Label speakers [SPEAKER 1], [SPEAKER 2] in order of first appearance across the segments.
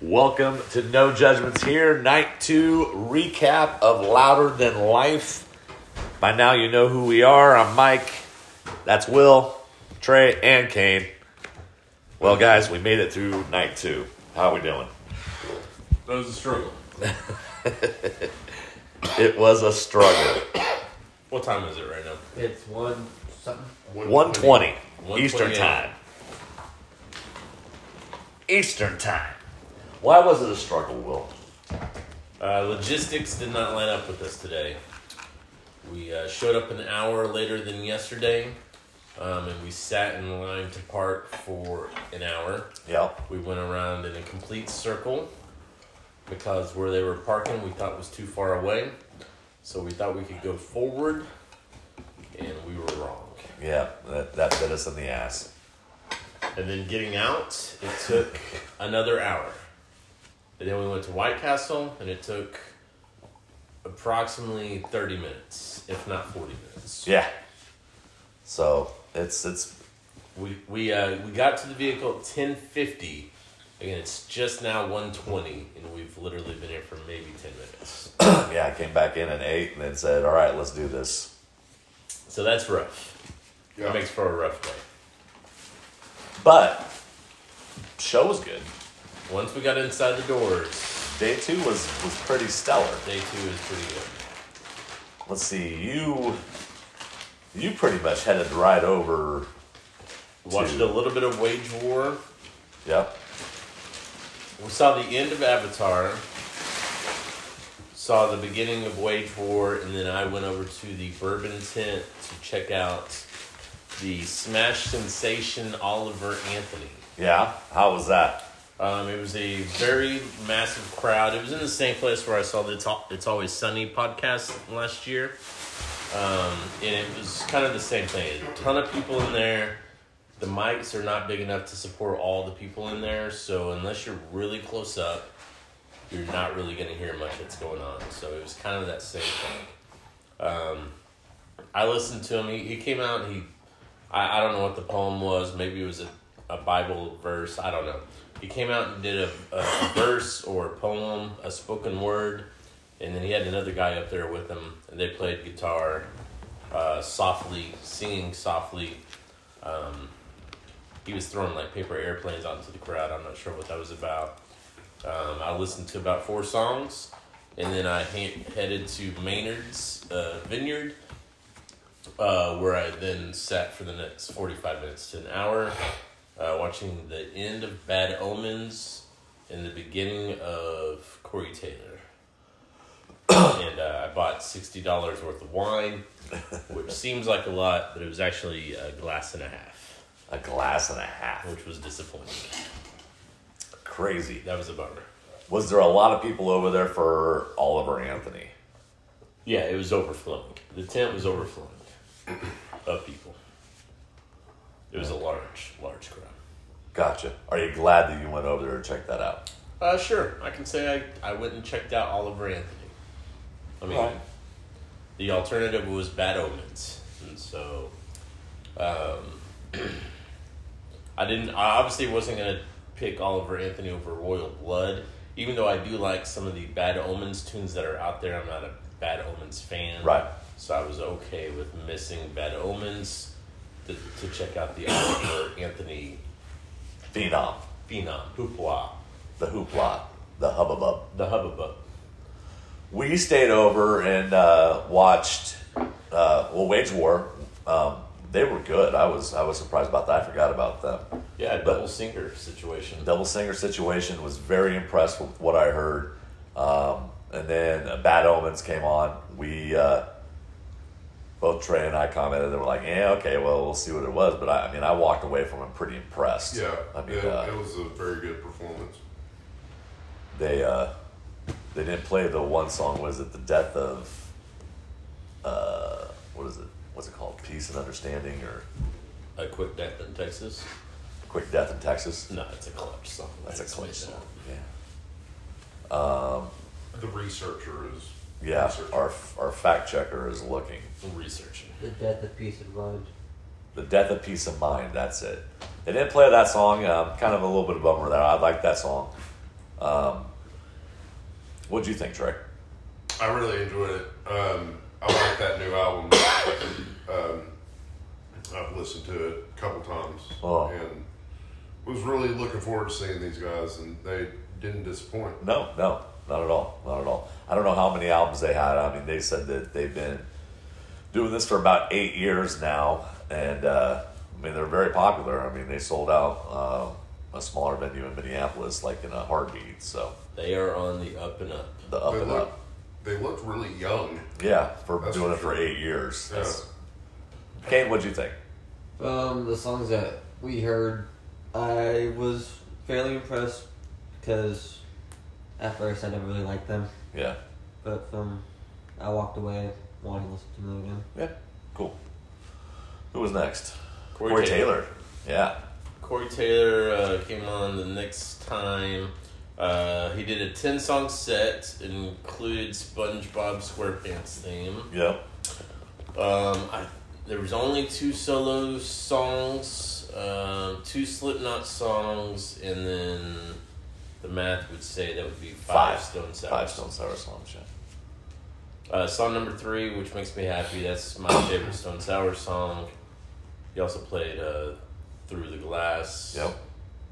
[SPEAKER 1] Welcome to No Judgments here, night two recap of Louder Than Life. By now, you know who we are. I'm Mike. That's Will, Trey, and Kane. Well, guys, we made it through night two. How are we doing?
[SPEAKER 2] That was a struggle.
[SPEAKER 1] It was a struggle.
[SPEAKER 2] What time is it right now?
[SPEAKER 3] It's one something.
[SPEAKER 1] 120 Eastern
[SPEAKER 2] 1:20.
[SPEAKER 1] Time. Eastern Time. Why was it a struggle, Will?
[SPEAKER 2] Uh, logistics did not line up with us today. We uh, showed up an hour later than yesterday, um, and we sat in line to park for an hour.
[SPEAKER 1] Yep.
[SPEAKER 2] We went around in a complete circle because where they were parking we thought was too far away. So we thought we could go forward, and we were wrong.
[SPEAKER 1] Yeah, that, that bit us in the ass.
[SPEAKER 2] And then getting out, it took another hour. And then we went to White Castle, and it took approximately 30 minutes, if not 40 minutes.
[SPEAKER 1] Yeah. So it's it's
[SPEAKER 2] We, we, uh, we got to the vehicle at 1050. Again, it's just now 120, and we've literally been here for maybe 10 minutes.
[SPEAKER 1] yeah. I came back in and ate, and then said, "All right, let's do this."
[SPEAKER 2] So that's rough. It makes for a rough day.
[SPEAKER 1] But show was good.
[SPEAKER 2] Once we got inside the doors,
[SPEAKER 1] Day two was was pretty stellar.
[SPEAKER 2] day two is pretty good.
[SPEAKER 1] Let's see, you you pretty much headed right over.
[SPEAKER 2] Watched
[SPEAKER 1] Two.
[SPEAKER 2] a little bit of Wage War.
[SPEAKER 1] Yep.
[SPEAKER 2] We saw the end of Avatar, saw the beginning of Wage War, and then I went over to the Bourbon Tent to check out the Smash Sensation Oliver Anthony.
[SPEAKER 1] Yeah. How was that?
[SPEAKER 2] Um, it was a very massive crowd. It was in the same place where I saw the It's, Al- it's Always Sunny podcast last year. Um, and it was kind of the same thing. A ton of people in there. The mics are not big enough to support all the people in there. So unless you're really close up, you're not really going to hear much that's going on. So it was kind of that same thing. Um, I listened to him. He, he came out and he I, I don't know what the poem was. Maybe it was a, a Bible verse. I don't know. He came out and did a, a verse or a poem, a spoken word, and then he had another guy up there with him, and they played guitar uh, softly, singing softly. Um, he was throwing like paper airplanes out into the crowd. I'm not sure what that was about. Um, I listened to about four songs, and then I he- headed to Maynard's uh, Vineyard uh, where I then sat for the next 45 minutes to an hour, uh, watching the end of Bad Omens and the beginning of Corey Taylor. and uh, I bought $60 worth of wine, which seems like a lot, but it was actually a glass and a half,
[SPEAKER 1] A glass and a half.
[SPEAKER 2] which was disappointing.
[SPEAKER 1] Crazy.
[SPEAKER 2] That was a bummer.
[SPEAKER 1] Was there a lot of people over there for Oliver Anthony?
[SPEAKER 2] Yeah, it was overflowing. The tent was overflowing of people. It was a large, large crowd.
[SPEAKER 1] Gotcha. Are you glad that you went over there and checked that out?
[SPEAKER 2] Uh, sure. I can say I, I went and checked out Oliver Anthony. I mean,
[SPEAKER 1] Right.
[SPEAKER 2] the alternative was Bad Omens, and so um, I didn't. I obviously wasn't gonna pick Oliver Anthony over Royal Blood, even though I do like some of the Bad Omens tunes that are out there. I'm not a Bad Omens fan,
[SPEAKER 1] Right.
[SPEAKER 2] So I was okay with missing Bad Omens to, to check out the Oliver Anthony
[SPEAKER 1] Phenom,
[SPEAKER 2] phenom hoopla,
[SPEAKER 1] the hoopla, the hubbub.
[SPEAKER 2] the hubbub.
[SPEAKER 1] we stayed over and uh, watched uh, well wage war um, they were good i was i was surprised about that i forgot about them
[SPEAKER 2] Yeah, double singer situation.
[SPEAKER 1] double singer situation was very impressed with what i heard um, and then uh, bad omens came on we uh, both trey and i commented and were like yeah okay well we'll see what it was but i, I mean i walked away from it pretty impressed
[SPEAKER 4] Yeah,
[SPEAKER 1] i mean
[SPEAKER 4] it,
[SPEAKER 1] uh,
[SPEAKER 4] it was a very good performance.
[SPEAKER 1] they uh, they didn't play the one song. Was it the death of uh, what is it? What's it called? Peace and understanding or
[SPEAKER 2] A quick death in Texas?
[SPEAKER 1] quick death in Texas?
[SPEAKER 2] No, it's a clutch song.
[SPEAKER 1] That's a clean song. Yeah,
[SPEAKER 4] The researcher is
[SPEAKER 1] yeah.
[SPEAKER 4] researcher.
[SPEAKER 1] Our our fact checker is looking.
[SPEAKER 2] I'm researching.
[SPEAKER 3] The death of peace of mind.
[SPEAKER 1] The death of peace of mind. That's it. They didn't play that song. Um, kind of a little bit of bummer there. I like that song. Um, what'd you think, Trey?
[SPEAKER 4] I really enjoyed it. Um, I like that new album. um, I've listened to it a couple times
[SPEAKER 1] Oh.
[SPEAKER 4] and was really looking forward to seeing these guys, and they didn't disappoint.
[SPEAKER 1] No, no, not at all, not at all. I don't know how many albums they had. I mean, they said that they've been doing this for about eight years now, and uh, I mean they're very popular. I mean they sold out uh, a smaller venue in Minneapolis like in a heartbeat. So
[SPEAKER 2] They are on the up and up.
[SPEAKER 1] the up
[SPEAKER 4] they
[SPEAKER 1] and
[SPEAKER 4] look,
[SPEAKER 1] up,
[SPEAKER 4] they looked really young.
[SPEAKER 1] yeah, for
[SPEAKER 4] That's
[SPEAKER 1] doing
[SPEAKER 4] for
[SPEAKER 1] it for
[SPEAKER 4] sure.
[SPEAKER 1] eight years.
[SPEAKER 4] Yeah.
[SPEAKER 1] That's- Kane, what'd you think?
[SPEAKER 3] Um, the songs that we heard, I was fairly impressed because at first I never really liked them,
[SPEAKER 1] Yeah,
[SPEAKER 3] but um, I walked away wanting to listen to them again.
[SPEAKER 1] yeah, cool. Who was next?
[SPEAKER 2] Corey
[SPEAKER 1] Corey
[SPEAKER 2] Taylor.
[SPEAKER 1] Taylor. Yeah,
[SPEAKER 2] Corey Taylor uh, came on the next time. Uh, he did a 10 song set, included SpongeBob SquarePants theme.
[SPEAKER 1] yeah,
[SPEAKER 2] Um, I, there was only two solo songs, um, two Slipknot songs, and then the math would say that would be five,
[SPEAKER 1] Five.
[SPEAKER 2] Stone Sour.
[SPEAKER 1] five Stone Sour songs. Yeah.
[SPEAKER 2] Uh, song number three, which makes me happy. That's my favorite Stone Sour song. He also played uh, Through the Glass.
[SPEAKER 1] Yep.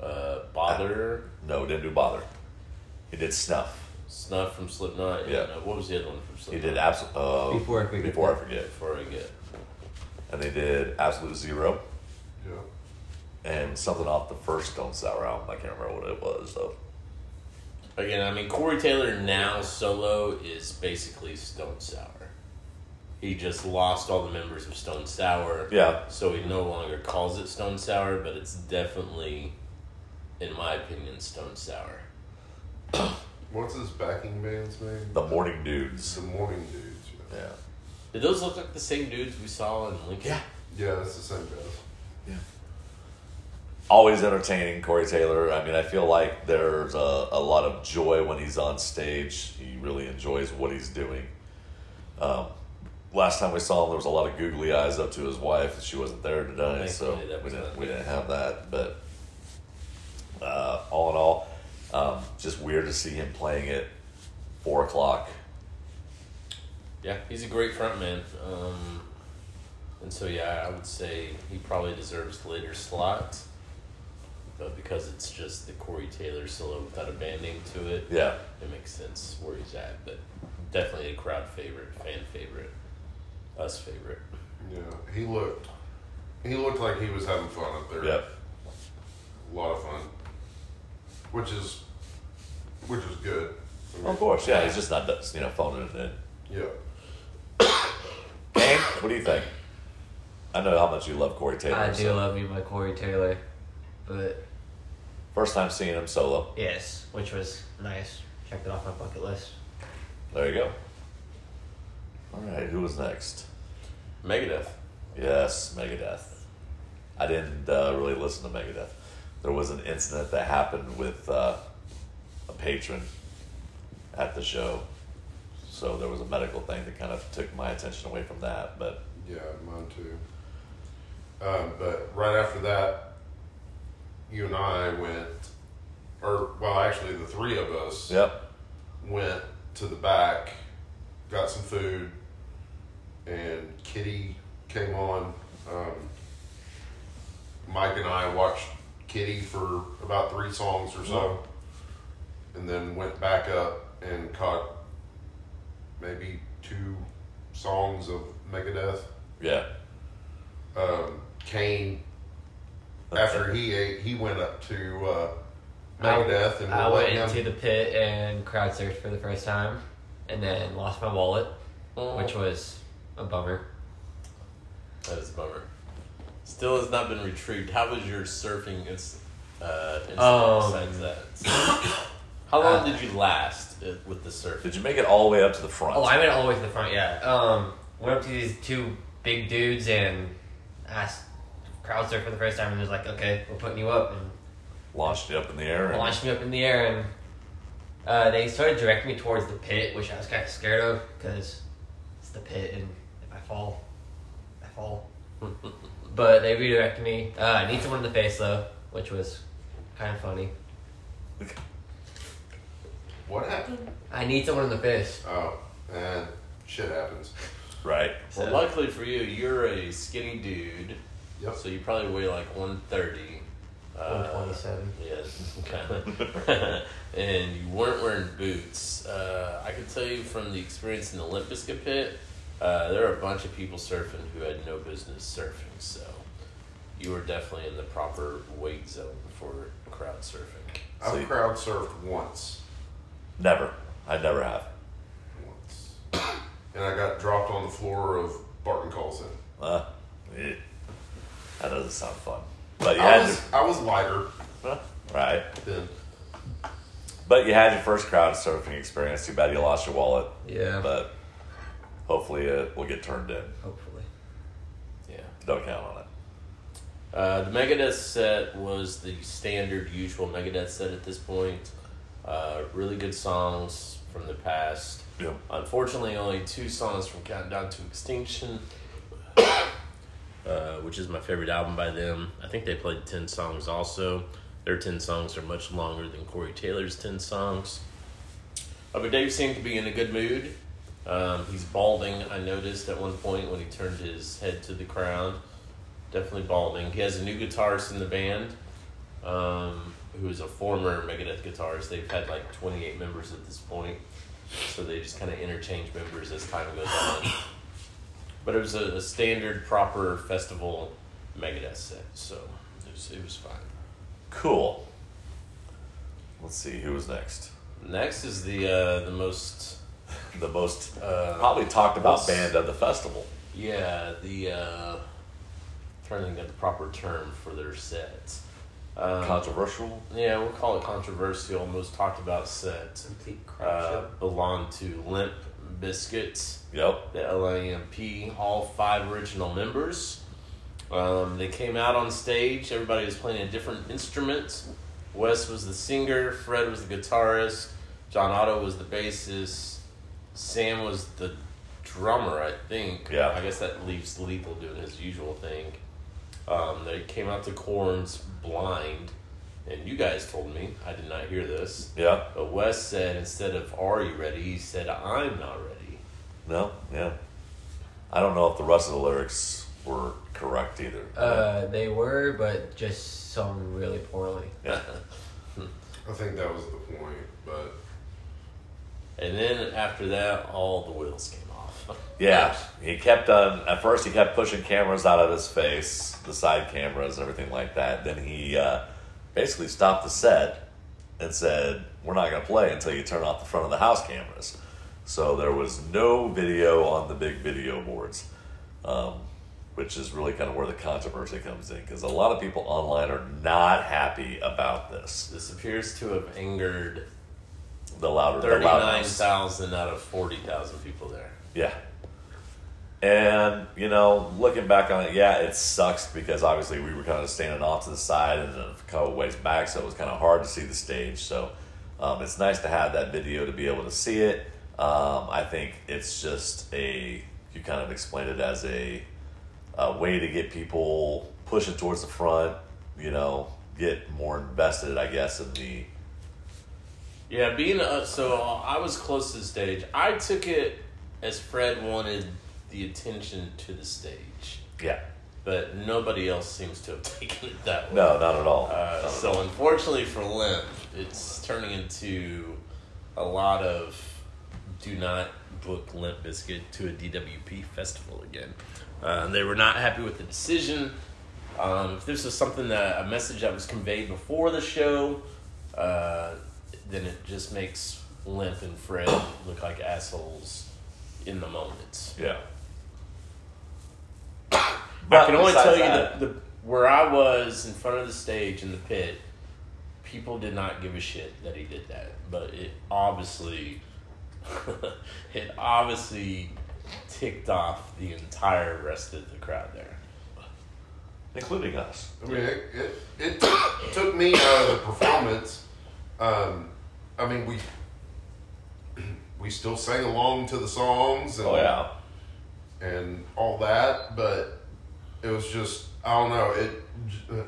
[SPEAKER 2] Uh, Bother.
[SPEAKER 1] No, didn't do bother. He did snuff.
[SPEAKER 2] Snuff from Slipknot. and,
[SPEAKER 1] Yeah.
[SPEAKER 2] uh, what was the other one from
[SPEAKER 1] He
[SPEAKER 2] Slipknot?
[SPEAKER 1] did absolute. Uh,
[SPEAKER 3] Before I forget.
[SPEAKER 1] Before I forget.
[SPEAKER 2] Before I get.
[SPEAKER 1] And they did absolute zero
[SPEAKER 4] Yeah.
[SPEAKER 1] and something off the first Stone Sour album. I can't remember what it was though.
[SPEAKER 2] Again, I mean, Corey Taylor now solo is basically Stone Sour. He just lost all the members of Stone Sour.
[SPEAKER 1] Yeah,
[SPEAKER 2] So he no longer calls it Stone Sour, but it's definitely, in my opinion, Stone Sour.
[SPEAKER 4] What's his backing band's name?
[SPEAKER 1] the Morning
[SPEAKER 4] It's
[SPEAKER 1] Dudes.
[SPEAKER 4] the Morning Dudes.
[SPEAKER 1] Yeah,
[SPEAKER 2] Did those look like the same dudes we saw in Lincoln?
[SPEAKER 1] Yeah.
[SPEAKER 4] Yeah, yeah that's the same guys.
[SPEAKER 1] always entertaining. Corey Taylor. I mean, I feel like there's a, a lot of joy when he's on stage. He really enjoys what he's doing. Um, last time we saw him, there was a lot of googly eyes up to his wife, and she wasn't there today, so
[SPEAKER 2] Thankfully, that
[SPEAKER 1] we
[SPEAKER 2] was
[SPEAKER 1] didn't
[SPEAKER 2] not-
[SPEAKER 1] we didn't have that. But uh, all in all, um, just weird to see him playing at four o'clock.
[SPEAKER 2] Yeah, he's a great frontman. Um, and so, yeah, I would say he probably deserves the later slot. But because it's just the Corey Taylor solo without a band name to it,
[SPEAKER 1] Yeah.
[SPEAKER 2] it makes sense where he's at. But definitely a crowd favorite, fan favorite, us favorite.
[SPEAKER 4] Yeah, he looked. He looked like he was having fun up there.
[SPEAKER 1] Yep.
[SPEAKER 4] a lot of fun, which is which is good. I mean,
[SPEAKER 1] Of course. Yeah. He's just not you know phoning it in.
[SPEAKER 4] Yeah,
[SPEAKER 1] Kane, what do you think? I know how much you love Corey Taylor.
[SPEAKER 5] I do
[SPEAKER 1] so-
[SPEAKER 5] love me by Corey Taylor, but
[SPEAKER 1] First time seeing him solo.
[SPEAKER 5] yes, which was nice. Checked it off my bucket list.
[SPEAKER 1] There you go. All right. Who was next?
[SPEAKER 2] Megadeth.
[SPEAKER 1] Yes, Megadeth. I didn't uh, really listen to Megadeth. There was an incident that happened with uh, a patron at the show. So there was a medical thing that kind of took my attention away from that. But
[SPEAKER 4] yeah, mine too. Um, but right after that, you and I went, or well, actually, the three of us
[SPEAKER 1] yep.
[SPEAKER 4] went to the back, got some food, and Kitty came on. Um, Mike and I watched Kitty for about three songs or so, and then went back up and caught maybe two songs of Megadeth.
[SPEAKER 1] Yeah.
[SPEAKER 4] Um, Kane, after he ate, he went up to uh, Megadeth and
[SPEAKER 5] I
[SPEAKER 4] let
[SPEAKER 5] went
[SPEAKER 4] him-
[SPEAKER 5] into the pit and crowd surfed for the first time, and then lost my wallet, which was a bummer.
[SPEAKER 2] That is a bummer. Still has not been retrieved. How was your surfing ins- uh, incident
[SPEAKER 5] Um,
[SPEAKER 2] besides that? How long
[SPEAKER 5] uh,
[SPEAKER 2] did you last uh, with the surfing?
[SPEAKER 1] Did you make it all the way up to the front?
[SPEAKER 5] Oh, I went all the way to the front. Yeah. Um, went up to these two big dudes and asked crowd surf for the first time, and was like, "Okay, we're putting you up," and
[SPEAKER 1] Launched it up in the air. And,
[SPEAKER 5] launched me up in the air, and uh, they started directing me towards the pit, which I was kind of scared of because it's the pit, and if I fall, I fall. but they redirected me. Uh, I need someone in the face though, which was kind of funny.
[SPEAKER 4] What happened?
[SPEAKER 5] I need someone in the fist.
[SPEAKER 4] Oh, and shit happens.
[SPEAKER 1] Right.
[SPEAKER 2] Well,
[SPEAKER 5] So-
[SPEAKER 2] luckily for you, you're a skinny dude,
[SPEAKER 4] Yep.
[SPEAKER 2] so you probably weigh like 130. Uh,
[SPEAKER 5] 127.
[SPEAKER 2] Yes, okay. and you weren't wearing boots. Uh, I can tell you from the experience in the Olympisca pit, uh, there are a bunch of people surfing who had no business surfing, so you were definitely in the proper weight zone for crowd surfing.
[SPEAKER 4] I've
[SPEAKER 1] See.
[SPEAKER 4] crowd surfed once.
[SPEAKER 1] Never. I never have.
[SPEAKER 4] Once. And I got dropped on the floor of Barton Colson.
[SPEAKER 1] Uh, eh. that doesn't sound fun. But you
[SPEAKER 4] I,
[SPEAKER 1] had
[SPEAKER 4] was, I was lighter
[SPEAKER 1] your, right.
[SPEAKER 4] then.
[SPEAKER 1] But you had your first crowd surfing experience. Too bad you lost your wallet.
[SPEAKER 5] Yeah.
[SPEAKER 1] But hopefully it will get turned in.
[SPEAKER 5] Hopefully.
[SPEAKER 2] Yeah.
[SPEAKER 1] Don't count on it.
[SPEAKER 2] Uh, the Megadeth set was the standard, usual Megadeth set at this point. Uh, really good songs from the past.
[SPEAKER 1] Yeah.
[SPEAKER 2] Unfortunately, only two songs from Countdown to Extinction, uh, which is my favorite album by them. I think they played 10 songs also. Their 10 songs are much longer than Corey Taylor's 10 songs. Uh, but Dave seemed to be in a good mood. Um, he's balding, I noticed at one point when he turned his head to the crowd. Definitely balding. He has a new guitarist in the band um, who is a former Megadeth guitarist. They've had like 28 members at this point, so they just kind of interchange members as time goes on. But it was a, a standard, proper festival Megadeth set, so it was, it was fine.
[SPEAKER 1] Cool. Let's see who was next.
[SPEAKER 2] Next is the uh, the most
[SPEAKER 1] The most
[SPEAKER 2] uh,
[SPEAKER 1] probably talked about
[SPEAKER 2] What's-
[SPEAKER 1] band of the festival.
[SPEAKER 2] yeah the uh, trying to think of the proper term for their set. Um,
[SPEAKER 1] Controversial.
[SPEAKER 2] yeah, we'll call it controversial. Most talked about set.
[SPEAKER 5] Complete crap
[SPEAKER 2] uh,
[SPEAKER 5] show.
[SPEAKER 2] belong to Limp Biscuits,
[SPEAKER 1] Yep.
[SPEAKER 2] the LIMP, all five original members. Um, they came out on stage. Everybody was playing a different instrument. Wes was the singer. Fred was the guitarist. John Otto was the bassist. Sam was the drummer, I think.
[SPEAKER 1] Yeah.
[SPEAKER 2] I guess that leaves Lethal doing his usual thing. Um, they came out to Corns blind, and you guys told me I did not hear this.
[SPEAKER 1] Yep.
[SPEAKER 2] But Wes said instead of "Are you ready?" he said "I'm not ready."
[SPEAKER 1] No. Yeah. I don't know if the rest of the lyrics were correct either.
[SPEAKER 5] Uh, they were, but just sung really poorly.
[SPEAKER 1] yeah.
[SPEAKER 4] I think that was the point, but
[SPEAKER 2] And then after that, all the wheels came off.
[SPEAKER 1] Yeah, he kept on. At first, he kept pushing cameras out of his face, the side cameras, everything like that. Then he uh, basically stopped the set and said, "We're not going to play until you turn off the front of the house cameras." So there was no video on the big video boards, um, which is really kind of where the controversy comes in because a lot of people online are not happy about this.
[SPEAKER 2] This appears to have angered
[SPEAKER 1] The louder, the
[SPEAKER 2] thirty-nine
[SPEAKER 1] louder,
[SPEAKER 2] thousand out of forty thousand people there.
[SPEAKER 1] Yeah. And, you know, looking back on it, yeah, it sucks because obviously we were kind of standing off to the side and a couple ways back, so it was kind of hard to see the stage. So um, it's nice to have that video to be able to see it. Um, I think it's just a, you kind of explained it as a, a way to get people pushing towards the front, you know, get more invested, I guess, in the,
[SPEAKER 2] Yeah, being uh, so I was close to the stage. I took it as Fred wanted the attention to the stage,
[SPEAKER 1] yeah.
[SPEAKER 2] but nobody else seems to have taken it that way.
[SPEAKER 1] No, not at all.
[SPEAKER 2] Uh, so unfortunately for Limp, it's turning into a lot of do not book Limp Biscuit to a DWP festival again. Uh, they were not happy with the decision. Um, if this was something that a message that was conveyed before the show, uh, then it just makes Limp and Fred look like assholes in the moment.
[SPEAKER 1] yeah.
[SPEAKER 2] I can only
[SPEAKER 1] Besides
[SPEAKER 2] tell
[SPEAKER 1] that-
[SPEAKER 2] you the, the where I was in front of the stage in the pit. People did not give a shit that he did that, but it obviously, it obviously ticked off the entire rest of the crowd there.
[SPEAKER 1] including us.
[SPEAKER 4] I mean, it, it, it took, took me out of the performance. Um, I mean, we we still sang along to the songs and,
[SPEAKER 1] Oh yeah,
[SPEAKER 4] and all that, but it was just I don't know it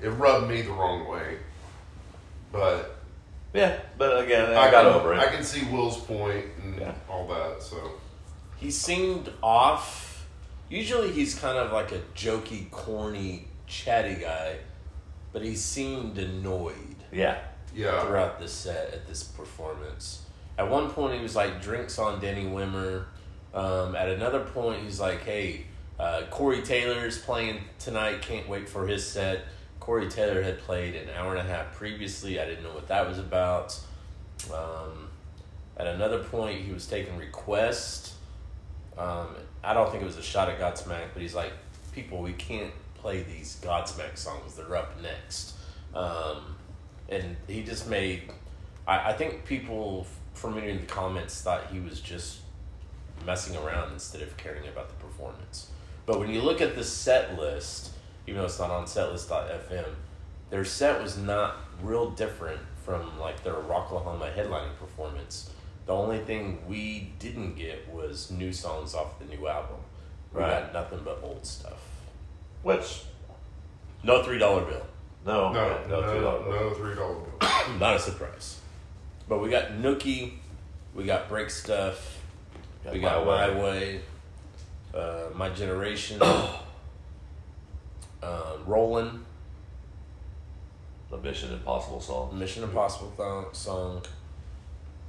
[SPEAKER 4] it rubbed me the wrong way. But
[SPEAKER 1] Yeah, but again, I,
[SPEAKER 4] can-
[SPEAKER 1] got over it.
[SPEAKER 4] I can see Will's point and
[SPEAKER 1] Yeah.
[SPEAKER 4] all that. So
[SPEAKER 2] He seemed off. Usually he's kind of like a jokey, corny, chatty guy, but he seemed annoyed
[SPEAKER 1] yeah,
[SPEAKER 4] yeah,
[SPEAKER 2] throughout this set at this performance. At one point, he was like, drinks on Denny Wimmer. Um, at another point, he's like, hey, uh, Corey Taylor's playing tonight. Can't wait for his set. Corey Taylor had played an hour and a half previously. I didn't know what that was about. Um, at another point, he was taking requests. Um, I don't think it was a shot at Godsmack, but he's like, people, we can't play these Godsmack songs. They're up next. Um, and he just made. I, I think people from reading the comments thought he was just messing around instead of caring about the performance. But when you look at the set list, even though it's not on setlist.fm, their set was not real different from like their Rocklahoma headlining performance. The only thing we didn't get was new songs off the new album. We
[SPEAKER 1] Right.
[SPEAKER 2] got nothing but old stuff.
[SPEAKER 1] which
[SPEAKER 2] No three dollar bill.
[SPEAKER 1] no,
[SPEAKER 4] no, no,
[SPEAKER 1] too long.
[SPEAKER 4] no, three dollar bill.
[SPEAKER 2] Not a surprise. But we got Nookie, we got Break Stuff, we got
[SPEAKER 1] my
[SPEAKER 2] My
[SPEAKER 1] way.
[SPEAKER 2] Way, uh, My Generation, um, Rollin',
[SPEAKER 1] the Mission Impossible song.
[SPEAKER 2] Mission Impossible th- song.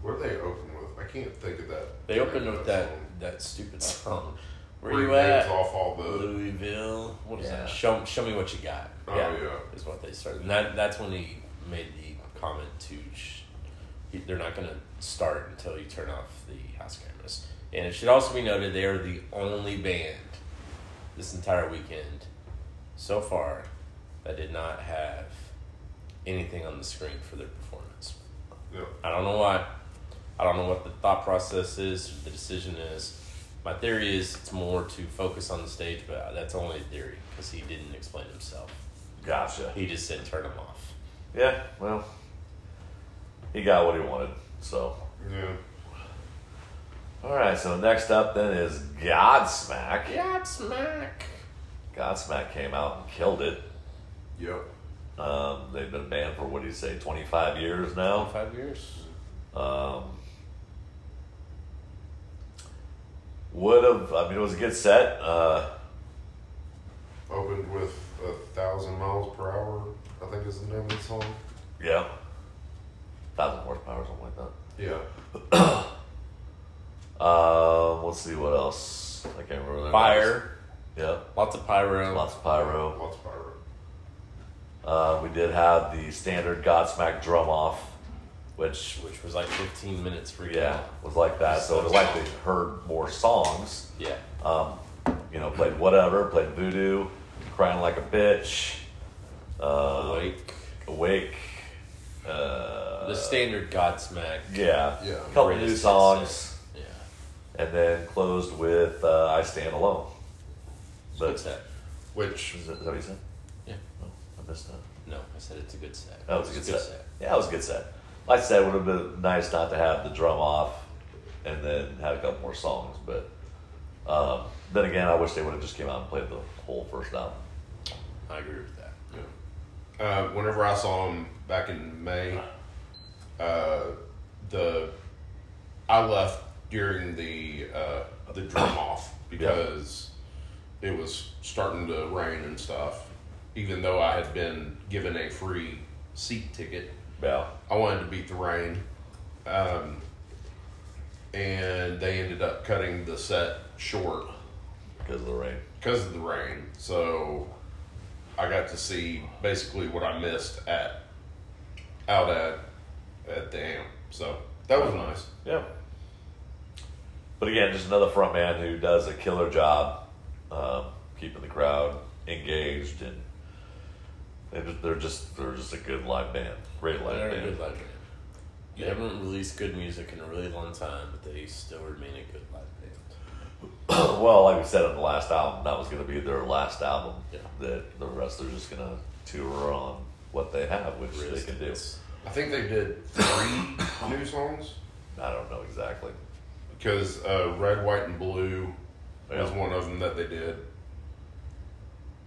[SPEAKER 4] What did they open with? I can't think of that.
[SPEAKER 2] They opened
[SPEAKER 4] name
[SPEAKER 2] with
[SPEAKER 4] of
[SPEAKER 2] that
[SPEAKER 4] song.
[SPEAKER 2] that stupid song. Where
[SPEAKER 4] Three
[SPEAKER 2] you
[SPEAKER 4] names
[SPEAKER 2] at?
[SPEAKER 4] Off all the.
[SPEAKER 2] Louisville. What is
[SPEAKER 1] Yeah.
[SPEAKER 2] that? Show Show me what you got.
[SPEAKER 4] Oh
[SPEAKER 1] Yeah.
[SPEAKER 4] yeah.
[SPEAKER 2] Is what they started. And that that's when he made the comment to. Sh- he- they're not going to start until you turn off the house cameras. And it should also be noted they are the only band this entire weekend so far that did not have anything on the screen for their performance.
[SPEAKER 4] Yeah.
[SPEAKER 2] I don't know why. I don't know what the thought process is, the decision is. My theory is it's more to focus on the stage, but that's only a theory because he didn't explain himself.
[SPEAKER 1] Gotcha.
[SPEAKER 2] He just said turn him off.
[SPEAKER 1] Yeah, well, he got what he wanted. So,
[SPEAKER 4] Yeah.
[SPEAKER 1] all right. So next up then is Godsmack.
[SPEAKER 2] God smack.
[SPEAKER 1] Godsmack came out and killed it.
[SPEAKER 4] Yep.
[SPEAKER 1] Um, they've been banned for what do you say, twenty Oh, five years now.
[SPEAKER 2] Five years.
[SPEAKER 1] Um, would have. I mean, it was a good set. Uh,
[SPEAKER 4] Opened with a thousand miles per hour. I think is the name of the song.
[SPEAKER 1] yeah, thousand horsepower, something like that.
[SPEAKER 4] Yeah.
[SPEAKER 1] Um, let's see what else. I can't remember. the names.
[SPEAKER 2] Fire.
[SPEAKER 1] Yeah,
[SPEAKER 2] Lots of pyro.
[SPEAKER 1] lots of pyro.
[SPEAKER 4] What's Pyro?
[SPEAKER 1] Uh, we did have the standard Godsmack drum off, which
[SPEAKER 2] which was like 15 minutes for
[SPEAKER 1] yeah was like that. So it was like they heard more songs.
[SPEAKER 2] Yeah.
[SPEAKER 1] um, you know, played whatever, played voodoo, crying like a bitch, uh,
[SPEAKER 2] Awake.
[SPEAKER 1] awake, uh,
[SPEAKER 2] the standard Godsmack.
[SPEAKER 1] yeah,
[SPEAKER 4] Yeah.
[SPEAKER 1] couple
[SPEAKER 2] greatest
[SPEAKER 1] new
[SPEAKER 2] hit
[SPEAKER 1] songs,
[SPEAKER 2] set. Yeah.
[SPEAKER 1] and then closed with uh, "I Stand Alone." But
[SPEAKER 2] What's that?
[SPEAKER 4] Which
[SPEAKER 1] Is that, is that what you said?
[SPEAKER 2] Yeah.
[SPEAKER 1] Oh, I missed that.
[SPEAKER 2] No, I said it's a good set.
[SPEAKER 1] That was a
[SPEAKER 2] It's
[SPEAKER 1] good set. Yeah, that was a good set. Like I said, it would have been nice not to have the drum off and then have a couple more songs. But um, then again, I wish they would have just came out and played the whole first album.
[SPEAKER 2] I agree with that.
[SPEAKER 4] Yeah. Uh, whenever I saw him back in May, uh, the I left during the uh, the drum off because it was starting to rain and stuff. Even though I had been given a free seat ticket,
[SPEAKER 1] Yeah.
[SPEAKER 4] I wanted to beat the rain. Um, and they ended up cutting the set short
[SPEAKER 1] Because of the rain.
[SPEAKER 4] because of the rain. So I got to see basically what I missed at out at at the amp. So that was nice.
[SPEAKER 1] Yeah. But again, just another front man who does a killer job um, keeping the crowd engaged and they're just, they're just they're just a good live band, great live
[SPEAKER 2] They're a
[SPEAKER 1] band.
[SPEAKER 2] good live band. They haven't released good music in a really long time, but they still remain a good live band.
[SPEAKER 1] well, like we said on the last album, that was going to be their last album.
[SPEAKER 2] Yeah.
[SPEAKER 1] That the rest they're just going to tour on what they have, which
[SPEAKER 2] Risk
[SPEAKER 1] they can do.
[SPEAKER 2] is-
[SPEAKER 4] I think they did three new songs
[SPEAKER 1] I don't know exactly.
[SPEAKER 4] because uh, Red, White, and Blue was
[SPEAKER 1] Yeah.
[SPEAKER 4] one of them that they did.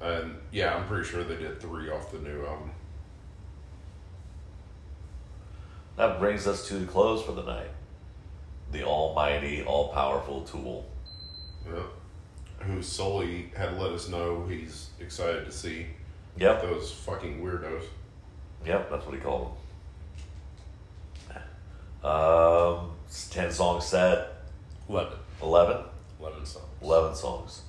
[SPEAKER 4] And yeah, I'm pretty sure they did three off the new album.
[SPEAKER 1] That brings us to the close for the night. The almighty, all powerful tool.
[SPEAKER 4] Yeah. Who solely had let us know he's excited to see
[SPEAKER 1] Yep,
[SPEAKER 4] those fucking weirdos.
[SPEAKER 1] yep, that's what he called them. Um, it's a 10 song set,
[SPEAKER 2] Eleven.
[SPEAKER 1] 11?
[SPEAKER 2] Eleven songs.
[SPEAKER 1] 11 songs.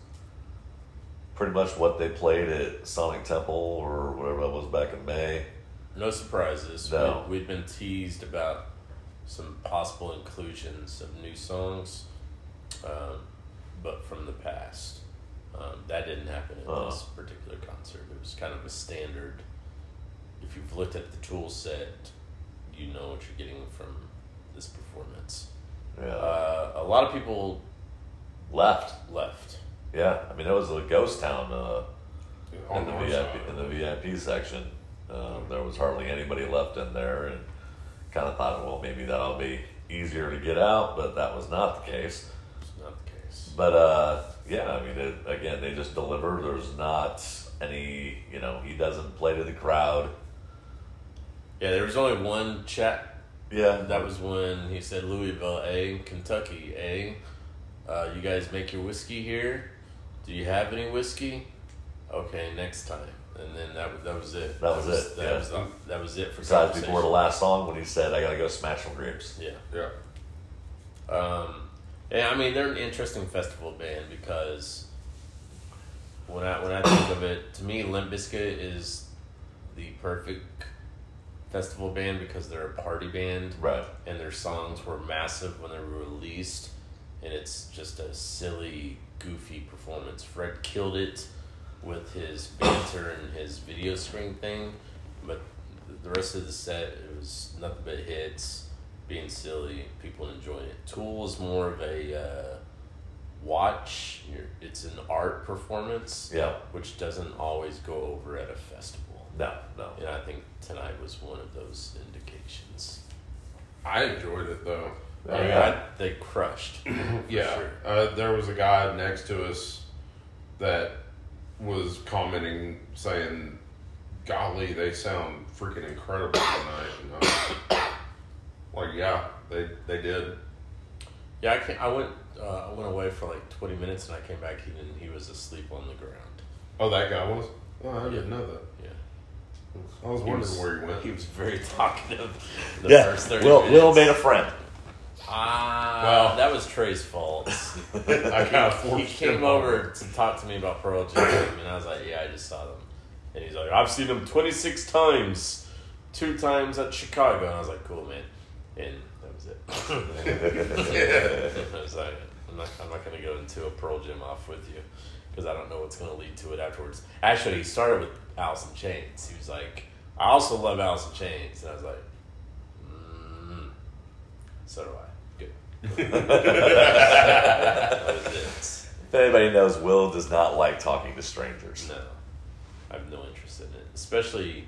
[SPEAKER 1] Pretty much what they played at Sonic Temple or whatever that was back in May.
[SPEAKER 2] No surprises.
[SPEAKER 1] No.
[SPEAKER 2] We, we've been teased about some possible inclusions of new songs, um, but from the past. Um, that didn't happen at
[SPEAKER 1] Uh-huh.
[SPEAKER 2] this particular concert. It was kind of a standard. If you've looked at the tool set, you know what you're getting from this performance.
[SPEAKER 1] Yeah.
[SPEAKER 2] Uh, a lot of people
[SPEAKER 1] Left.
[SPEAKER 2] left.
[SPEAKER 1] Yeah, I mean, that was a ghost town uh, in,
[SPEAKER 4] On
[SPEAKER 1] the
[SPEAKER 4] our
[SPEAKER 1] VIP,
[SPEAKER 4] side.
[SPEAKER 1] in the VIP section. Um, there was hardly anybody left in there and kind of thought, well, maybe that'll be easier to get out, but that was not the case.
[SPEAKER 2] It's not the case.
[SPEAKER 1] But uh, yeah, I mean, it, again, they just deliver. There's not any, you know, he doesn't play to the crowd.
[SPEAKER 2] Yeah, there was only one chat
[SPEAKER 1] Yeah,
[SPEAKER 2] That was when he said Louisville, eh? Kentucky, eh? Uh, you guys make your whiskey here? Do you have any whiskey? Okay, next time. And then that was that was it.
[SPEAKER 1] That was it,
[SPEAKER 2] That
[SPEAKER 1] yeah.
[SPEAKER 2] was the, that was it for
[SPEAKER 1] besides before the
[SPEAKER 2] conversation.
[SPEAKER 1] last song when he said, "I gotta go smash some grapes."
[SPEAKER 2] Yeah.
[SPEAKER 4] Yeah.
[SPEAKER 2] Um, yeah, I mean they're an interesting festival band because when I when I think of it, to me, Limp Bizkit is the perfect festival band because they're a party band,
[SPEAKER 1] Right.
[SPEAKER 2] and their songs were massive when they were released, and it's just a silly, goofy performance. Fred killed it with his banter and his video screen thing, but the rest of the set it was nothing but hits, being silly, people enjoying it. Tool is more of a uh, watch. You're, it's an art performance,
[SPEAKER 1] Yeah.
[SPEAKER 2] which doesn't always go over at a festival.
[SPEAKER 1] No. No.
[SPEAKER 2] And I think tonight was one of those indications.
[SPEAKER 4] I enjoyed it though.
[SPEAKER 1] Yeah.
[SPEAKER 2] I mean,
[SPEAKER 1] Yeah.
[SPEAKER 2] I- they crushed. for
[SPEAKER 4] Yeah.
[SPEAKER 2] sure.
[SPEAKER 4] Uh, there was a guy next to us that was commenting, saying, "Golly, they sound freaking incredible tonight." And I was like, like, yeah, they they did.
[SPEAKER 2] Yeah, I, can I went. Uh, I went away for like twenty minutes, and I came back, and he was asleep on the ground.
[SPEAKER 4] Oh, that guy was. Oh, I didn't know that.
[SPEAKER 2] Yeah,
[SPEAKER 4] I was
[SPEAKER 2] He
[SPEAKER 4] wondering
[SPEAKER 2] was-
[SPEAKER 4] where he went.
[SPEAKER 2] He was very talkative. The
[SPEAKER 1] yeah.
[SPEAKER 2] first thirty
[SPEAKER 1] Will
[SPEAKER 2] minutes.
[SPEAKER 1] Will made a friend.
[SPEAKER 2] Ah,
[SPEAKER 4] Well-
[SPEAKER 2] that was Trey's fault.
[SPEAKER 4] I kind of forced
[SPEAKER 2] he came
[SPEAKER 4] him
[SPEAKER 2] over to talk to me about Pearl Jam, and I was like, "Yeah, I just saw them." And he's like, "I've seen them twenty six times, two times at Chicago," and I was like, "Cool, man." And that was it. I was like, I'm not, I'm not going to go into a Pearl Jam off with you because I don't know what's going to lead to it afterwards. Actually, he started with Alice in Chains. He was like, I also love Alice in Chains. And I was like, mm, so do I. Good. That was
[SPEAKER 1] If anybody knows, Will does not like talking to strangers.
[SPEAKER 2] it. No. I have no interest in it. Especially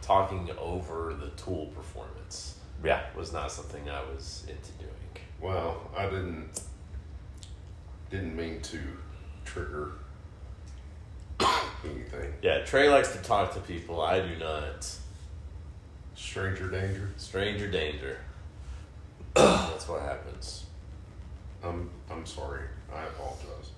[SPEAKER 2] talking over the Tool performance
[SPEAKER 1] Yeah.
[SPEAKER 2] was not something I was into doing.
[SPEAKER 4] Well, I didn't didn't mean to trigger anything.
[SPEAKER 2] Yeah, Trey likes to talk to people. I do not.
[SPEAKER 4] Stranger danger.
[SPEAKER 2] Stranger danger. That's what happens.
[SPEAKER 4] I'm I'm sorry. I apologize.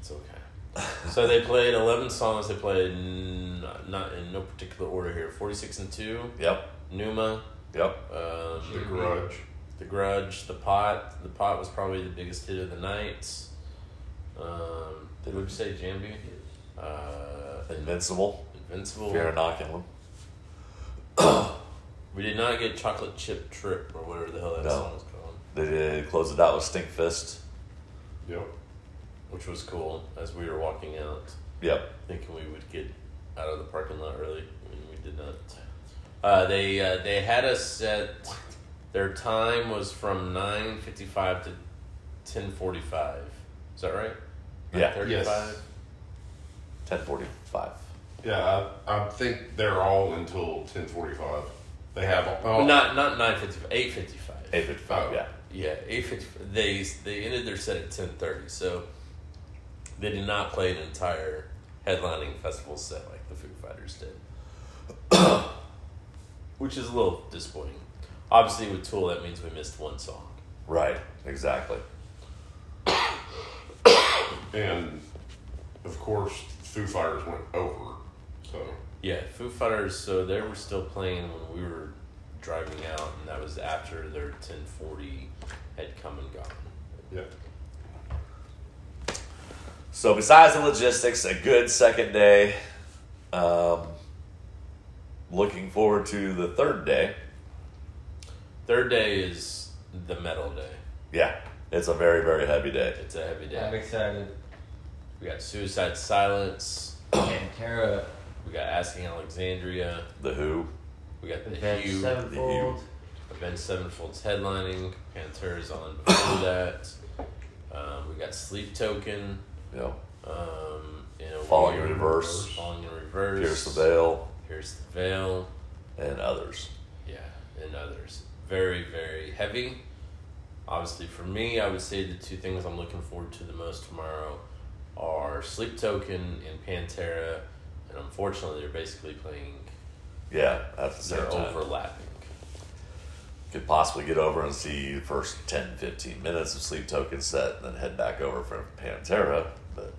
[SPEAKER 2] It's okay. so they played 11 songs. They played n- not in no particular order here 46 and 2,
[SPEAKER 1] Yep.
[SPEAKER 2] Numa,
[SPEAKER 1] Yep.
[SPEAKER 4] The
[SPEAKER 2] um,
[SPEAKER 4] grudge.
[SPEAKER 2] The Grudge, The Pot. The Pot was probably the biggest hit of the night. Um, did we say Jambi? Uh,
[SPEAKER 1] Invincible.
[SPEAKER 2] Invincible.
[SPEAKER 1] Fear knocking them.
[SPEAKER 2] We did not get Chocolate Chip Trip or whatever the hell that
[SPEAKER 1] No.
[SPEAKER 2] song was called.
[SPEAKER 1] They did close it out with Stink Fist.
[SPEAKER 4] Yep.
[SPEAKER 2] which was cool as we were walking out
[SPEAKER 1] Yep.
[SPEAKER 2] thinking we would get out of the parking lot early and we did not uh, they uh, they had us at their time was from 9.55 to 10.45 is that right
[SPEAKER 1] Yeah.
[SPEAKER 2] 9:35?
[SPEAKER 4] Yes.
[SPEAKER 1] Ten forty five.
[SPEAKER 4] Yeah, I, I think they're all until ten forty five. They have
[SPEAKER 2] Well,
[SPEAKER 4] oh,
[SPEAKER 2] not not 9.55 8.55
[SPEAKER 1] Eight fifty five. Yeah.
[SPEAKER 2] yeah 8.55 they, they ended their set at 10.30 so they did not play an entire headlining festival set like the Foo Fighters did which is a little disappointing. Obviously, with Tool, that means we missed one song.
[SPEAKER 1] Right. Exactly.
[SPEAKER 4] And of course, Foo Fighters went over. So
[SPEAKER 2] Yeah, Foo Fighters. So they were still playing when we were driving out, and that was after their 1040 had come and gone.
[SPEAKER 4] yeah,
[SPEAKER 1] So besides the logistics, a good second day. Um, looking forward to the third day.
[SPEAKER 2] Third day is the metal day.
[SPEAKER 1] Yeah, it's a very very heavy day.
[SPEAKER 2] It's a heavy
[SPEAKER 5] I'm
[SPEAKER 2] day.
[SPEAKER 5] excited.
[SPEAKER 2] We got Suicide Silence.
[SPEAKER 5] Pantera,
[SPEAKER 2] We got Asking Alexandria.
[SPEAKER 1] The Who,
[SPEAKER 2] We got the
[SPEAKER 5] Avenged
[SPEAKER 2] Hue.
[SPEAKER 5] Sevenfold.
[SPEAKER 2] Avenged Sevenfold's headlining. Pantera's on before that. Um, we got Sleep Token.
[SPEAKER 1] you know,
[SPEAKER 2] Um, you know,
[SPEAKER 1] Falling in
[SPEAKER 2] we-
[SPEAKER 1] Reverse.
[SPEAKER 2] Falling in Reverse.
[SPEAKER 1] Pierce the Veil,
[SPEAKER 2] Pierce the Veil.
[SPEAKER 1] and others.
[SPEAKER 2] Yeah, and others. Very, very heavy. Obviously, for me, I would say the two things I'm looking forward to the most tomorrow are Sleep Token and Pantera. And unfortunately, they're basically playing,
[SPEAKER 1] Yeah, at the same
[SPEAKER 2] they're
[SPEAKER 1] time.
[SPEAKER 2] overlapping.
[SPEAKER 1] Could possibly get over and see the first 10, 15 minutes of Sleep Token set, and then head back over for Pantera. But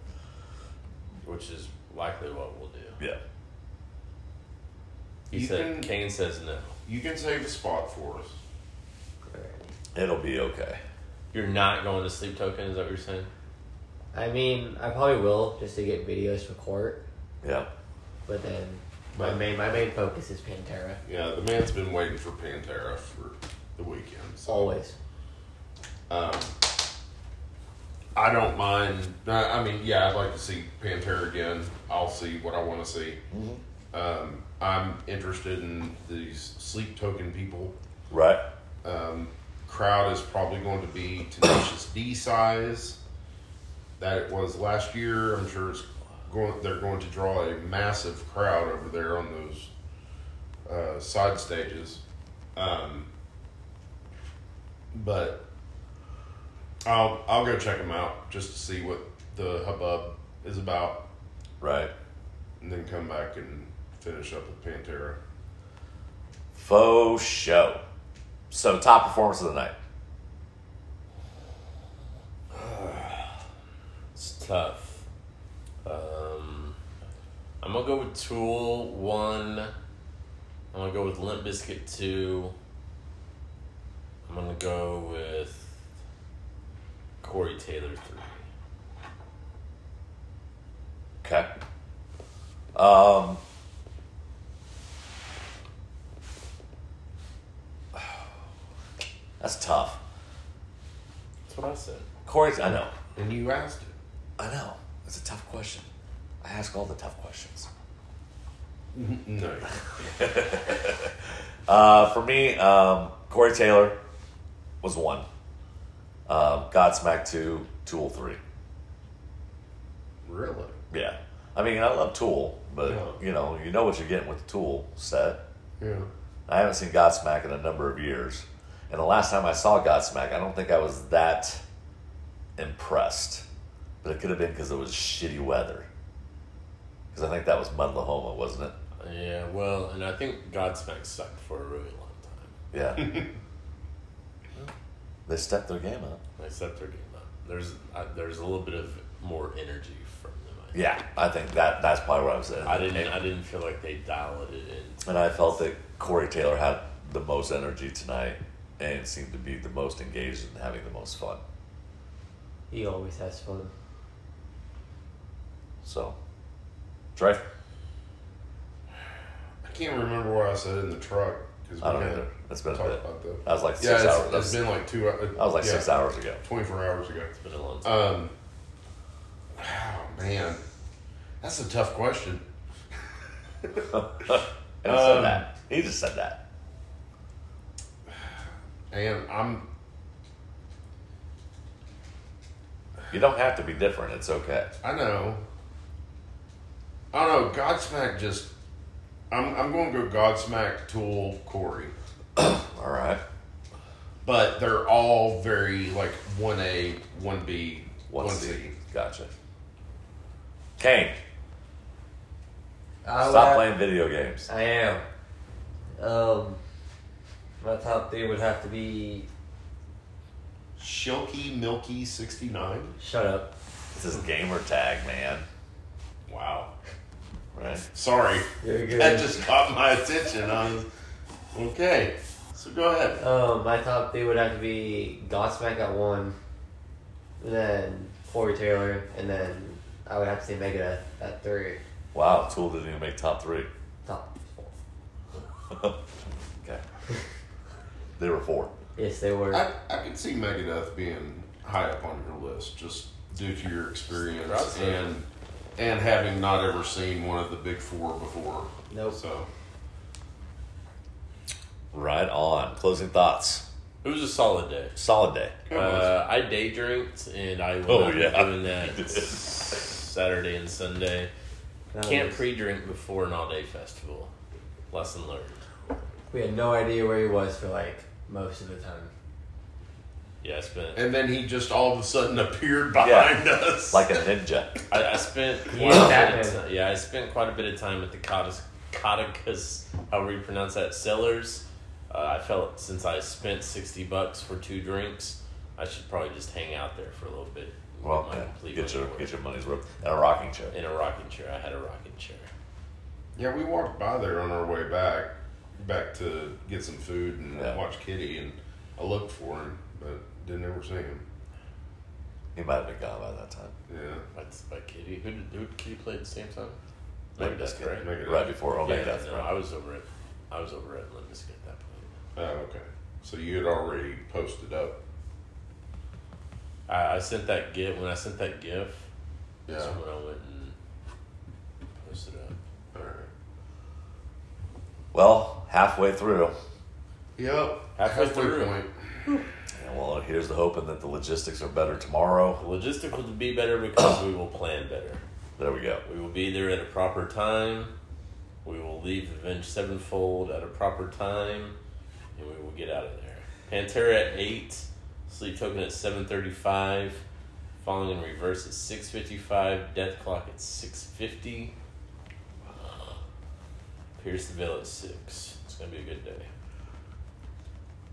[SPEAKER 2] which is likely what we'll do.
[SPEAKER 1] yeah,
[SPEAKER 2] He
[SPEAKER 4] You
[SPEAKER 2] said
[SPEAKER 4] can-
[SPEAKER 2] Kane says no.
[SPEAKER 4] you can save a spot for us.
[SPEAKER 1] it'll be okay.
[SPEAKER 2] You're not going to sleep token, is that what you're saying?
[SPEAKER 5] I mean, I probably will just to get videos for court,
[SPEAKER 1] Yeah,
[SPEAKER 5] but then my
[SPEAKER 4] But-
[SPEAKER 5] main my main focus is Pantera.
[SPEAKER 4] Yeah, the man's been waiting for Pantera for the weekend. So
[SPEAKER 5] Always.
[SPEAKER 4] um, I don't mind. I I mean, yeah, I'd like to see Pantera again. I'll see what I want to see. Um, I'm interested in these sleep token people.
[SPEAKER 1] right.
[SPEAKER 4] Um, crowd is probably going to be Tenacious D size that it was last year. I'm sure it's going. They're going to draw a massive crowd over there on those uh, side stages. Um, but I'll I'll go check them out just to see what the hubbub is about,
[SPEAKER 1] Right.
[SPEAKER 4] and then come back and finish up with Pantera.
[SPEAKER 1] Faux show. So top performance of the night.
[SPEAKER 2] It's tough. Um, I'm gonna go with Tool one. I'm gonna go with Limp Biscuit two. I'm gonna go with Corey Taylor three.
[SPEAKER 1] Okay. Um. That's tough.
[SPEAKER 2] That's what I said.
[SPEAKER 1] Corey's. I know.
[SPEAKER 4] And you asked it.
[SPEAKER 1] I know. It's a tough question. I ask all the tough questions.
[SPEAKER 4] No.
[SPEAKER 1] Uh, for me, um, Corey Taylor was one. Um, Godsmack two, Tool three.
[SPEAKER 4] Really?
[SPEAKER 1] Yeah. I mean, I love Tool, but
[SPEAKER 4] Yeah.
[SPEAKER 1] you know, you know what you're getting with the Tool set.
[SPEAKER 4] Yeah.
[SPEAKER 1] I haven't seen Godsmack in a number of years. And the last time I saw Godsmack, I don't think I was that impressed. But it could have been because it was shitty weather. Because I think that was Mudlahoma, wasn't it?
[SPEAKER 2] Yeah, well, and I think Godsmack sucked for a really long time.
[SPEAKER 1] Yeah. they stepped their game up.
[SPEAKER 2] They stepped their game up. There's uh, there's a little bit of more energy from them. I think.
[SPEAKER 1] Yeah, I think that that's probably what I was saying.
[SPEAKER 2] I didn't. I didn't feel like they dialed it in.
[SPEAKER 1] And I felt that Corey Taylor had the most energy tonight and seemed to be the most engaged and having the most fun.
[SPEAKER 5] He always has fun.
[SPEAKER 1] So, Trey?
[SPEAKER 4] I can't remember what I said in the truck because we
[SPEAKER 1] I don't
[SPEAKER 4] had
[SPEAKER 1] either. That's been a
[SPEAKER 4] talked
[SPEAKER 1] bit.
[SPEAKER 4] about that.
[SPEAKER 1] That was like
[SPEAKER 4] Yeah,
[SPEAKER 1] six
[SPEAKER 4] it's,
[SPEAKER 1] hours. That
[SPEAKER 4] it's
[SPEAKER 1] was,
[SPEAKER 4] been like two. hours.
[SPEAKER 1] that was like six hours ago.
[SPEAKER 4] Twenty four hours ago.
[SPEAKER 2] It's been a long time.
[SPEAKER 4] Um. Oh man, that's a tough question.
[SPEAKER 1] And he said
[SPEAKER 4] Um,
[SPEAKER 1] that. He just said that.
[SPEAKER 4] And I'm
[SPEAKER 1] You don't have to be different. It's okay.
[SPEAKER 4] I know. I don't know. Godsmack just. I'm I'm going to go Godsmack, Tool, Corey,
[SPEAKER 1] All right.
[SPEAKER 4] but they're all very like one A, one B,
[SPEAKER 1] One,
[SPEAKER 4] one
[SPEAKER 1] C.
[SPEAKER 4] C.
[SPEAKER 1] Gotcha. Kane,
[SPEAKER 5] I
[SPEAKER 1] stop playing video games.
[SPEAKER 5] I am.
[SPEAKER 3] Um, My top three would have to be.
[SPEAKER 4] Shilky Milky 69.
[SPEAKER 3] Shut up.
[SPEAKER 1] This is gamer tag, man.
[SPEAKER 4] Wow.
[SPEAKER 1] Right?
[SPEAKER 4] Sorry.
[SPEAKER 3] You're good.
[SPEAKER 4] That just caught my attention. I was, okay. So go ahead.
[SPEAKER 5] Um, my top three would have to be Godsmack at one, and then Corey Taylor, and then I would have to say Megadeth at three.
[SPEAKER 1] Wow, Tool didn't even make top three.
[SPEAKER 5] Top four.
[SPEAKER 1] okay. They were four.
[SPEAKER 5] Yes, they were.
[SPEAKER 4] I, I could see Megadeth being high up on your list just due to your experience
[SPEAKER 2] Crossover.
[SPEAKER 4] and and having not ever seen one of the big four before.
[SPEAKER 5] Nope.
[SPEAKER 4] So
[SPEAKER 1] Right on. Closing thoughts.
[SPEAKER 2] It was a solid day.
[SPEAKER 1] Solid day.
[SPEAKER 4] It was.
[SPEAKER 2] Uh, I day drinked, and I will
[SPEAKER 1] Oh,
[SPEAKER 2] not be
[SPEAKER 1] yeah.
[SPEAKER 2] doing that Saturday and Sunday.
[SPEAKER 3] That
[SPEAKER 2] Can't
[SPEAKER 3] was-
[SPEAKER 2] pre-drink before an all-day festival. Lesson learned.
[SPEAKER 5] we had no idea where he was for like most of the time.
[SPEAKER 2] Yeah, I spent.
[SPEAKER 4] and then he just all of a sudden appeared behind us.
[SPEAKER 1] Like a ninja.
[SPEAKER 2] I, I spent.
[SPEAKER 5] Yeah,
[SPEAKER 2] quite a
[SPEAKER 5] that
[SPEAKER 2] bit of
[SPEAKER 5] man.
[SPEAKER 2] ti- yeah, I spent quite a bit of time at the Cotticus. Cotticus however you pronounce that? Cellars. Uh, I felt since I spent sixty bucks for two drinks, I should probably just hang out there for a little bit.
[SPEAKER 1] Well,
[SPEAKER 2] My complete
[SPEAKER 1] yeah, get your
[SPEAKER 2] money
[SPEAKER 1] get
[SPEAKER 2] worth.
[SPEAKER 1] your money's worth and a rocking chair.
[SPEAKER 2] in a rocking chair. I had a rocking chair.
[SPEAKER 4] Yeah, we walked by there on our way back, back to get some food and
[SPEAKER 1] Yeah.
[SPEAKER 4] watch Kitty, and I looked for him, but didn't ever see him.
[SPEAKER 1] He might have been gone by that time.
[SPEAKER 4] Yeah,
[SPEAKER 2] That's by Kitty. Who did, who did Kitty play at the same time?
[SPEAKER 1] Like
[SPEAKER 2] Maybe that's
[SPEAKER 1] that,
[SPEAKER 2] correct.
[SPEAKER 4] Megadeth.
[SPEAKER 1] Right before Omega
[SPEAKER 2] Yeah,
[SPEAKER 1] Death.
[SPEAKER 2] no, I was over it. I was over it. Let me skip that point.
[SPEAKER 4] Oh, okay. So you had already posted up.
[SPEAKER 2] I, I sent that gif when I sent that gif.
[SPEAKER 4] Yeah.
[SPEAKER 2] That's when I went and posted up.
[SPEAKER 4] All right.
[SPEAKER 1] Well, halfway through,
[SPEAKER 4] Yep.
[SPEAKER 2] Halfway through.
[SPEAKER 4] point.
[SPEAKER 1] and well, here's the hoping that the logistics are better tomorrow.
[SPEAKER 2] The logistics will be better because we will plan better.
[SPEAKER 1] There we go.
[SPEAKER 2] We will be there at a proper time. We will leave the Venge Sevenfold at a proper time, and we will get out of there. Pantera at eight, Sleep Token at seven thirty-five, Falling in Reverse at six fifty-five, Death Clock at six fifty, Pierce the Veil at six. It's gonna be a good day.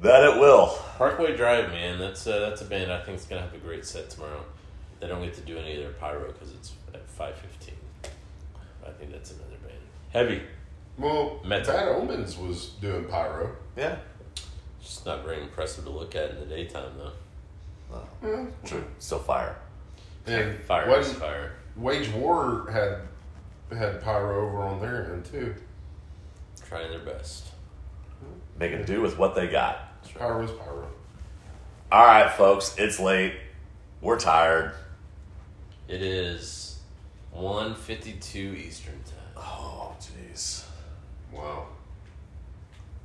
[SPEAKER 1] That it will.
[SPEAKER 2] Parkway Drive, man, that's a, that's a band I think is gonna have a great set tomorrow. They don't get to do any of their pyro because it's at five fifteen. I think that's another band. Heavy,
[SPEAKER 4] Well,
[SPEAKER 2] Metal.
[SPEAKER 4] Bad Omens was doing pyro.
[SPEAKER 1] Yeah.
[SPEAKER 2] just not very impressive to look at in the daytime though.
[SPEAKER 1] Oh,
[SPEAKER 4] Yeah.
[SPEAKER 1] true. Still fire.
[SPEAKER 4] And
[SPEAKER 2] Fire
[SPEAKER 4] Wage,
[SPEAKER 2] is fire.
[SPEAKER 4] Wage War had had pyro over on their end too.
[SPEAKER 2] Trying their best.
[SPEAKER 1] Making do with what they got.
[SPEAKER 4] Pyro is pyro.
[SPEAKER 1] All right, folks. It's late. We're tired.
[SPEAKER 2] It is one fifty-two Eastern time.
[SPEAKER 1] Oh, jeez.
[SPEAKER 4] Wow.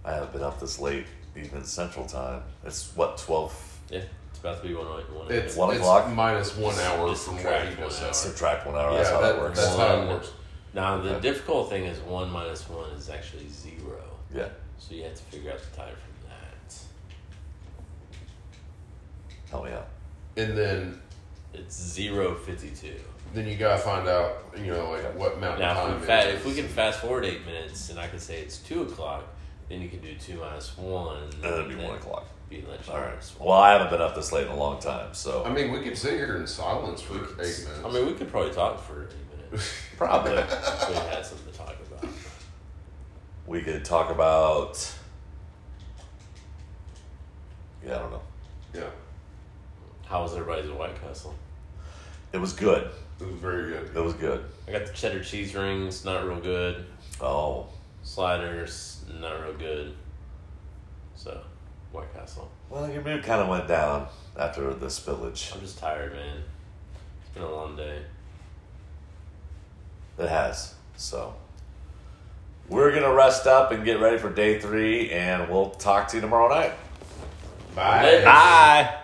[SPEAKER 1] I haven't been up this late, even Central Time. It's what twelve.
[SPEAKER 2] Yeah, it's about to be one oh- one.
[SPEAKER 4] It's,
[SPEAKER 1] One
[SPEAKER 4] it's
[SPEAKER 1] o'clock?
[SPEAKER 4] minus one
[SPEAKER 2] Just- Oh,
[SPEAKER 4] hour
[SPEAKER 2] just
[SPEAKER 4] from what
[SPEAKER 2] subtract
[SPEAKER 4] he
[SPEAKER 2] one
[SPEAKER 4] just
[SPEAKER 2] hour.
[SPEAKER 4] said.
[SPEAKER 1] Subtract one hour.
[SPEAKER 4] Yeah,
[SPEAKER 1] that's how that,
[SPEAKER 4] that-
[SPEAKER 1] works.
[SPEAKER 4] that's- how it works.
[SPEAKER 2] Now the
[SPEAKER 1] Okay.
[SPEAKER 2] difficult thing is one minus one is actually zero,
[SPEAKER 1] yeah.
[SPEAKER 2] so you have to figure out the time from that.
[SPEAKER 1] Help me out.
[SPEAKER 4] And then
[SPEAKER 2] It's zero fifty-two.
[SPEAKER 4] then you gotta find out, you know, like what mountain
[SPEAKER 2] Now,
[SPEAKER 4] time
[SPEAKER 2] if we,
[SPEAKER 4] it
[SPEAKER 2] fa-
[SPEAKER 4] is.
[SPEAKER 2] if we can fast forward eight minutes, and I can say it's two o'clock, then you can do two minus one.
[SPEAKER 1] That'd be
[SPEAKER 2] and
[SPEAKER 1] one o'clock.
[SPEAKER 2] Be lunch
[SPEAKER 1] All right.
[SPEAKER 2] minus one.
[SPEAKER 1] Well, I haven't been up this late in a long time, so
[SPEAKER 4] I mean, we could sit here in silence for eight minutes.
[SPEAKER 2] I mean, we could probably talk for eight minutes.
[SPEAKER 1] probably
[SPEAKER 2] we had something to talk about.
[SPEAKER 1] we could talk about. Yeah, I don't know.
[SPEAKER 4] yeah,
[SPEAKER 2] How was everybody's White Castle?
[SPEAKER 1] It was good.
[SPEAKER 4] it was very good.
[SPEAKER 1] It was good.
[SPEAKER 2] I got the cheddar cheese rings, not real good.
[SPEAKER 1] Oh,
[SPEAKER 2] Sliders, not real good. So, White Castle.
[SPEAKER 1] well, your mood kind of went down after this village.
[SPEAKER 2] I'm just tired, man. It's been a long day.
[SPEAKER 1] It has. So we're gonna rest up and get ready for day three, and we'll talk to you tomorrow night.
[SPEAKER 4] Bye.
[SPEAKER 2] Later.
[SPEAKER 1] Bye.